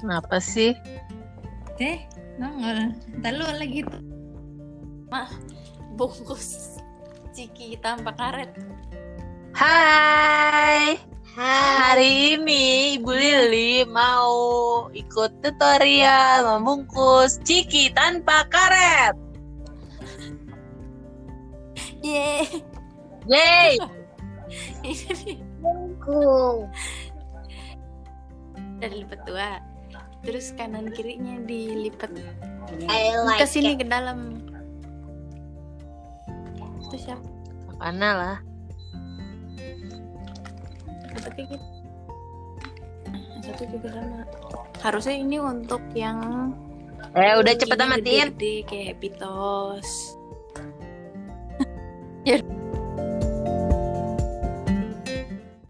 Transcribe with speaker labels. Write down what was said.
Speaker 1: Kenapa sih?
Speaker 2: Deh, nongol. Ntar lu lagi tuh.
Speaker 3: Mah, bungkus ciki tanpa karet.
Speaker 1: Hai.
Speaker 4: Hai.
Speaker 1: Hari ini Ibu Lili mau ikut tutorial membungkus ciki tanpa karet.
Speaker 3: Ye.
Speaker 1: Yeay.
Speaker 4: Ku.
Speaker 3: Dari lipat dua. Terus kanan kirinya dilipat
Speaker 4: I like
Speaker 3: ke sini
Speaker 4: it.
Speaker 3: ke dalam. Itu siapa?
Speaker 1: Mana lah?
Speaker 3: Satu kayak gitu. Nah, Satu juga sama. Harusnya ini untuk yang
Speaker 1: Eh udah cepetan
Speaker 3: Gini
Speaker 1: matiin.
Speaker 3: gede-gede kayak pitos. ya